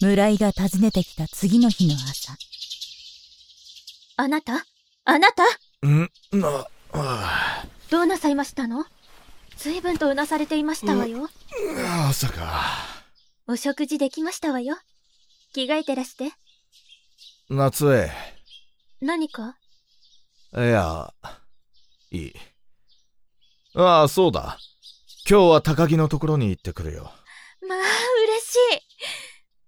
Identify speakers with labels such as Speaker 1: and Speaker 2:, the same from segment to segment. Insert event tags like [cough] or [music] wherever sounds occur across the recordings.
Speaker 1: 村井が訪ねてきた次の日の朝
Speaker 2: あなたあなた
Speaker 3: んな、あ
Speaker 2: どうなさいましたの随分とうなされていましたわよ。
Speaker 3: あ、朝か。
Speaker 2: お食事できましたわよ。着替えてらして。
Speaker 3: 夏へ。
Speaker 2: 何か
Speaker 3: いや、いい。ああ、そうだ。今日は高木のところに行ってくるよ。
Speaker 2: まあ、嬉しい。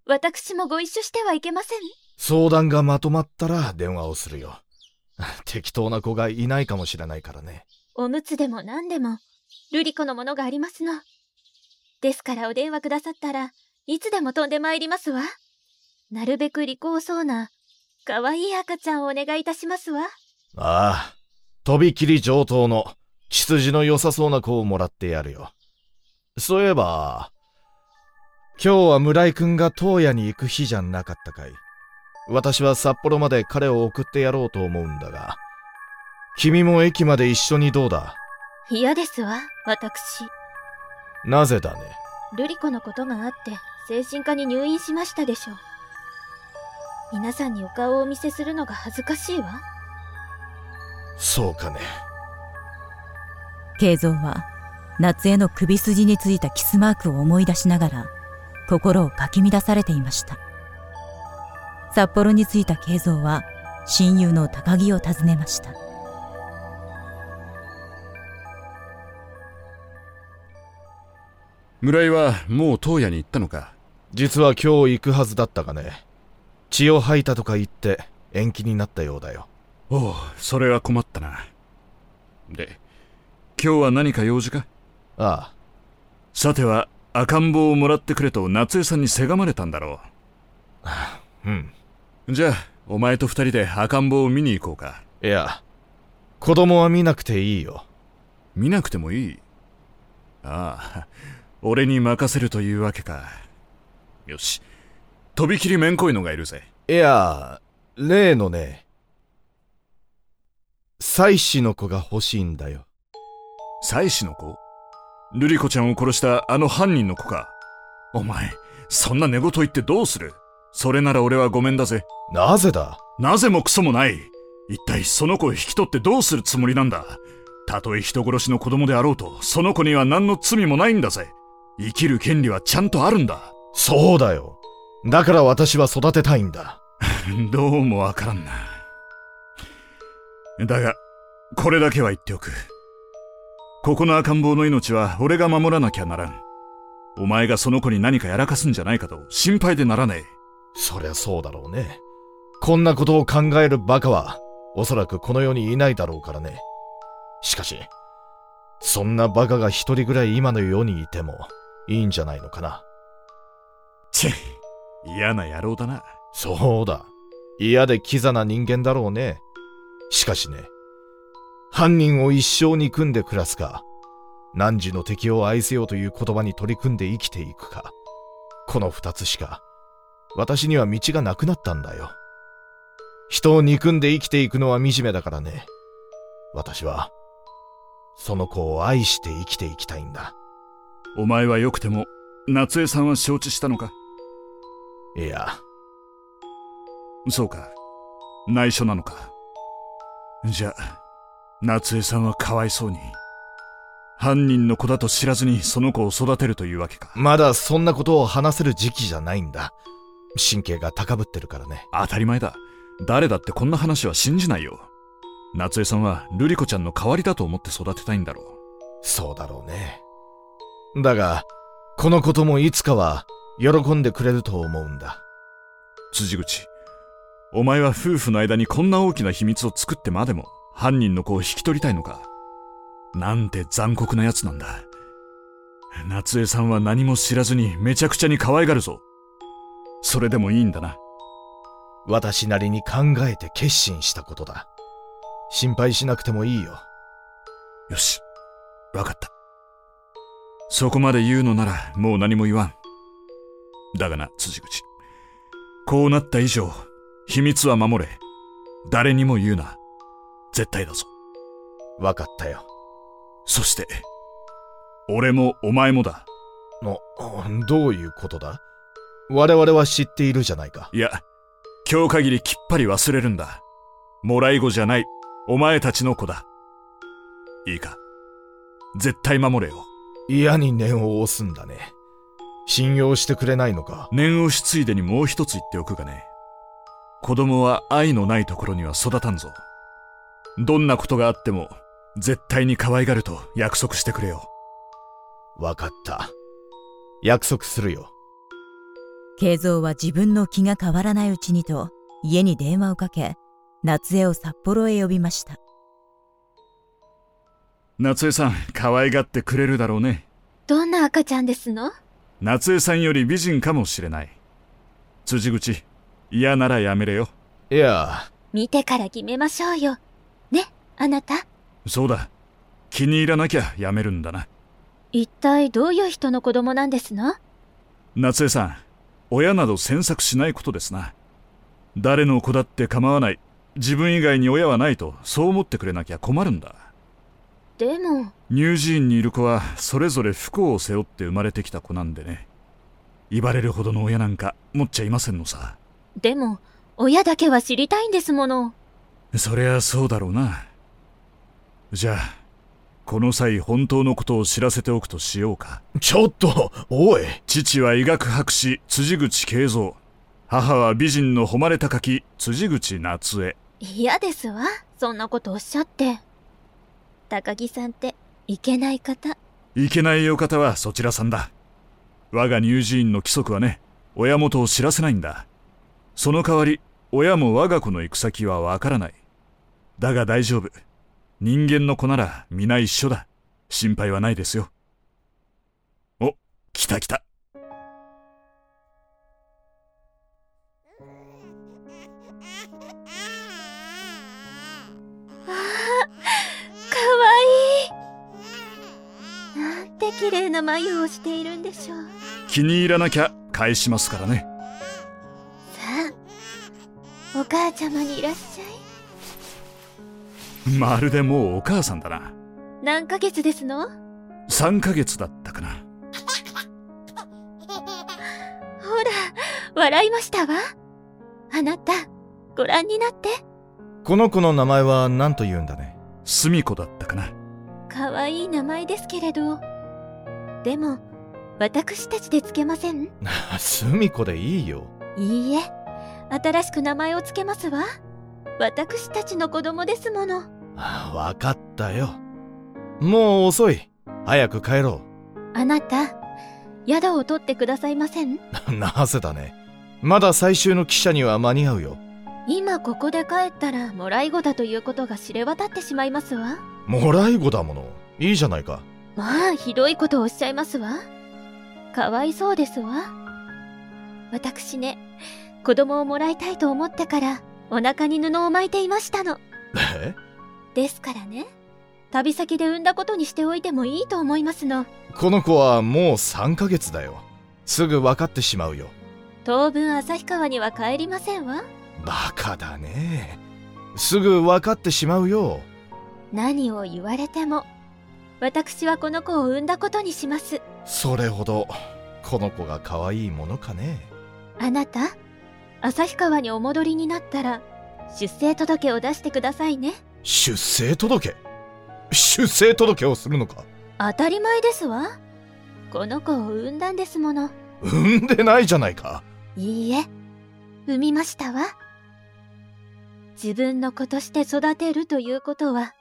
Speaker 2: 私もご一緒してはいけません。
Speaker 3: 相談がまとまったら電話をするよ。 [laughs] 適当な子がいないかもしれないからね。
Speaker 2: おむつでも何でも、ルリ子のものがありますの。ですからお電話くださったらいつでも飛んでまいりますわ。なるべく利口そうな、可愛い赤ちゃんをお願いいたしますわ。
Speaker 3: ああ、とびきり上等の、血筋の良さそうな子をもらってやるよ。そういえば、今日は村井くんが東野に行く日じゃなかったかい。私は札幌まで彼を送ってやろうと思うんだが、君も駅まで一緒にどうだ
Speaker 2: 嫌ですわ、私。
Speaker 3: なぜだね
Speaker 2: ルリ子のことがあって精神科に入院しましたでしょう。皆さんにお顔をお見せするのが恥ずかしいわ。
Speaker 3: そうかね。
Speaker 1: 慶三は夏江の首筋についたキスマークを思い出しながら心をかき乱されていました札幌に着いた慶三は親友の高木を訪ねました
Speaker 4: 村井はもう東野に行ったのか
Speaker 3: 実は今日行くはずだったがね。血を吐いたとか言って延期になったようだよ。
Speaker 4: おうそれは困ったなで今日は何か用事か
Speaker 3: ああ、
Speaker 4: さては赤ん坊をもらってくれと夏江さんにせがまれたんだろ
Speaker 3: うん。
Speaker 4: うじゃあお前と二人で赤ん坊を見に行こうか
Speaker 3: いや、子供は見なくていいよ。
Speaker 4: 見なくてもいいああ俺に任せるというわけかよしとびきりめんこいのがいるぜ
Speaker 3: いや、例のね、妻子の子が欲しいんだよ。
Speaker 4: 妻子の子瑠璃子ちゃんを殺したあの犯人の子かお前そんな寝言言ってどうするそれなら俺はごめんだぜ
Speaker 3: なぜだ
Speaker 4: なぜもクソもない一体その子を引き取ってどうするつもりなんだたとえ人殺しの子供であろうとその子には何の罪もないんだぜ生きる権利はちゃんとあるんだ [laughs]
Speaker 3: そうだよ。だから私は育てたいんだ。
Speaker 4: どうもわからんなだがこれだけは言っておくここの赤ん坊の命は俺が守らなきゃならんお前がその子に何かやらかすんじゃないかと心配でならねえ
Speaker 3: そりゃそうだろうね。こんなことを考えるバカは、おそらくこの世にいないだろうからね。しかし、そんなバカが一人ぐらい今の世にいても、いいんじゃないのかな。
Speaker 4: チェ嫌な野郎だな
Speaker 3: そうだ。嫌でキザな人間だろうね。しかしね、犯人を一生に組んで暮らすか、何時の敵を愛せよという言葉に取り組んで生きていくか、この二つしか、私には道がなくなったんだよ。人を憎んで生きていくのは惨めだからね。私は、その子を愛して生きていきたいんだ。
Speaker 4: お前はよくても夏江さんは承知したのか
Speaker 3: いや、
Speaker 4: そうか内緒なのかじゃあ夏江さんはかわいそうに犯人の子だと知らずにその子を育てるというわけか
Speaker 3: まだそんなことを話せる時期じゃないんだ。神経が高ぶってるからね。
Speaker 4: 当たり前だ誰だってこんな話は信じないよ夏江さんは瑠璃子ちゃんの代わりだと思って育てたいんだろう
Speaker 3: そうだろうね。だが、このこともいつかは喜んでくれると思うんだ。
Speaker 4: 辻口お前は夫婦の間にこんな大きな秘密を作ってまでも犯人の子を引き取りたいのかなんて残酷な奴なんだ夏江さんは何も知らずにめちゃくちゃに可愛がるぞそれでもいいんだな
Speaker 3: 私なりに考えて決心したことだ。心配しなくてもいいよ。
Speaker 4: よしわかったそこまで言うのならもう何も言わんだがな辻口こうなった以上秘密は守れ誰にも言うな絶対だぞ
Speaker 3: わかったよ。
Speaker 4: そして、俺もお前もだ。
Speaker 3: の、どういうことだ我々は知っているじゃないか。
Speaker 4: いや、今日限りきっぱり忘れるんだ。もらい子じゃない、お前たちの子だ。いいか。絶対守れよ。
Speaker 3: 嫌に念を押すんだね。信用してくれないのか。
Speaker 4: 念押しついでにもう一つ言っておくがね。子供は愛のないところには育たんぞ。どんなことがあっても、絶対に可愛がると約束してくれよ。
Speaker 3: わかった。約束するよ。
Speaker 1: 慶三は自分の気が変わらないうちにと家に電話をかけ夏江を札幌へ呼びました
Speaker 4: 夏江さん、可愛がってくれるだろうね。
Speaker 2: どんな赤ちゃんですの
Speaker 4: 夏江さんより美人かもしれない。辻口、嫌ならやめれよ。
Speaker 3: いや、
Speaker 2: 見てから決めましょうよ。ね、あなた。
Speaker 4: そうだ。気に入らなきゃやめるんだな。
Speaker 2: 一体どういう人の子供なんですの
Speaker 4: 夏江さん、親など詮索しないことですな。誰の子だって構わない。自分以外に親はないと、そう思ってくれなきゃ困るんだ。
Speaker 2: でも、
Speaker 4: 乳児院にいる子は、それぞれ不幸を背負って生まれてきた子なんでね。威張れるほどの親なんか持っちゃいませんのさ。
Speaker 2: でも、親だけは知りたいんですもの。
Speaker 4: そりゃそうだろうな。じゃあ、この際本当のことを知らせておくとしようか。
Speaker 3: ちょっと、おい。
Speaker 4: 父は医学博士、辻口慶三。母は美人の誉れ高き、辻口夏江。
Speaker 2: 嫌ですわ。そんなことおっしゃって。高木さんって、いけない方。
Speaker 4: いけないお方はそちらさんだ。我が乳児院の規則はね、親元を知らせないんだ。その代わり、親も我が子の行く先はわからない。だが大丈夫。人間の子なら皆一緒だ。心配はないですよ。お、来た来た。
Speaker 2: かわいい。なんて綺麗な眉をしているんでしょう。
Speaker 4: 気に入らなきゃ返しますからね。
Speaker 2: さあ、お母ちゃまにいらっしゃ
Speaker 4: まるでもうお母さんだな。
Speaker 2: い。何ヶ月ですのほ
Speaker 4: 3ヶ月だったかな。
Speaker 2: ら、笑いましたわ。あなた、ご覧になって。
Speaker 3: この子の名前は何と言うんだね。
Speaker 4: すみこだったかな。
Speaker 2: かわいい名前ですけれど。でも、私たちでつけません
Speaker 3: [laughs] すみこでいいよ。
Speaker 2: いいえ、新しく名前をつけますわ。私たちの子供ですもの。
Speaker 3: あわかったよ。もう遅い。早く帰ろ
Speaker 2: あなた、宿を取ってくださいません
Speaker 3: う。 [laughs] なぜだね。まだ最終の汽車には間に合うよ。
Speaker 2: 今ここで帰ったら、もらい子だということが知れ渡ってしまいますわ。
Speaker 3: もらい子だもの。いいじゃないか。
Speaker 2: まあ、ひどいことをおっしゃいますわ。かわいそうですわ。私ね、子供をもらいたいと思ってから、お腹に布を巻いていましたの。
Speaker 3: え
Speaker 2: ですからね、旅先で産んだことにしておいてもいいと思いますの。
Speaker 3: この子はもう3ヶ月だよ。すぐ分かってしまうよ。
Speaker 2: 当分旭川には帰りませんわ。
Speaker 3: バカだね。すぐ分かってしまうよ。
Speaker 2: 何を言われても、私はこの子を産んだことにします。
Speaker 3: それほど、この子が可愛いものかね。
Speaker 2: あなた、旭川にお戻りになったら、出生届を出してくださいね。
Speaker 3: 出生届出生届をするのか
Speaker 2: 当たり前ですわ。この子を産んだんですもの。
Speaker 3: 産んでないじゃないか。
Speaker 2: いいえ、産みましたわ。自分の子として育てるということは、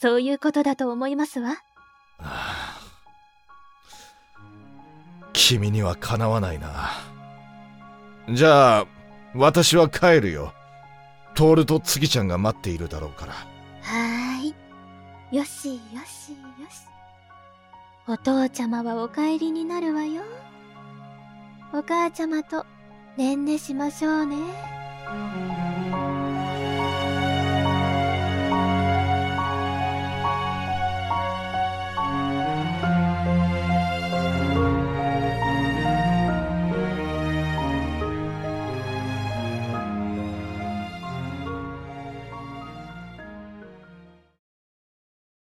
Speaker 2: そういうことだと思いますわ。
Speaker 3: はあ君にはかなわないな。じゃあ、私は帰るよ。トールとツギちゃんが待っているだろうから。
Speaker 2: はーい。よしよしよし。お父ちゃまはお帰りになるわよ。お母ちゃまと、ねんねしましょうね。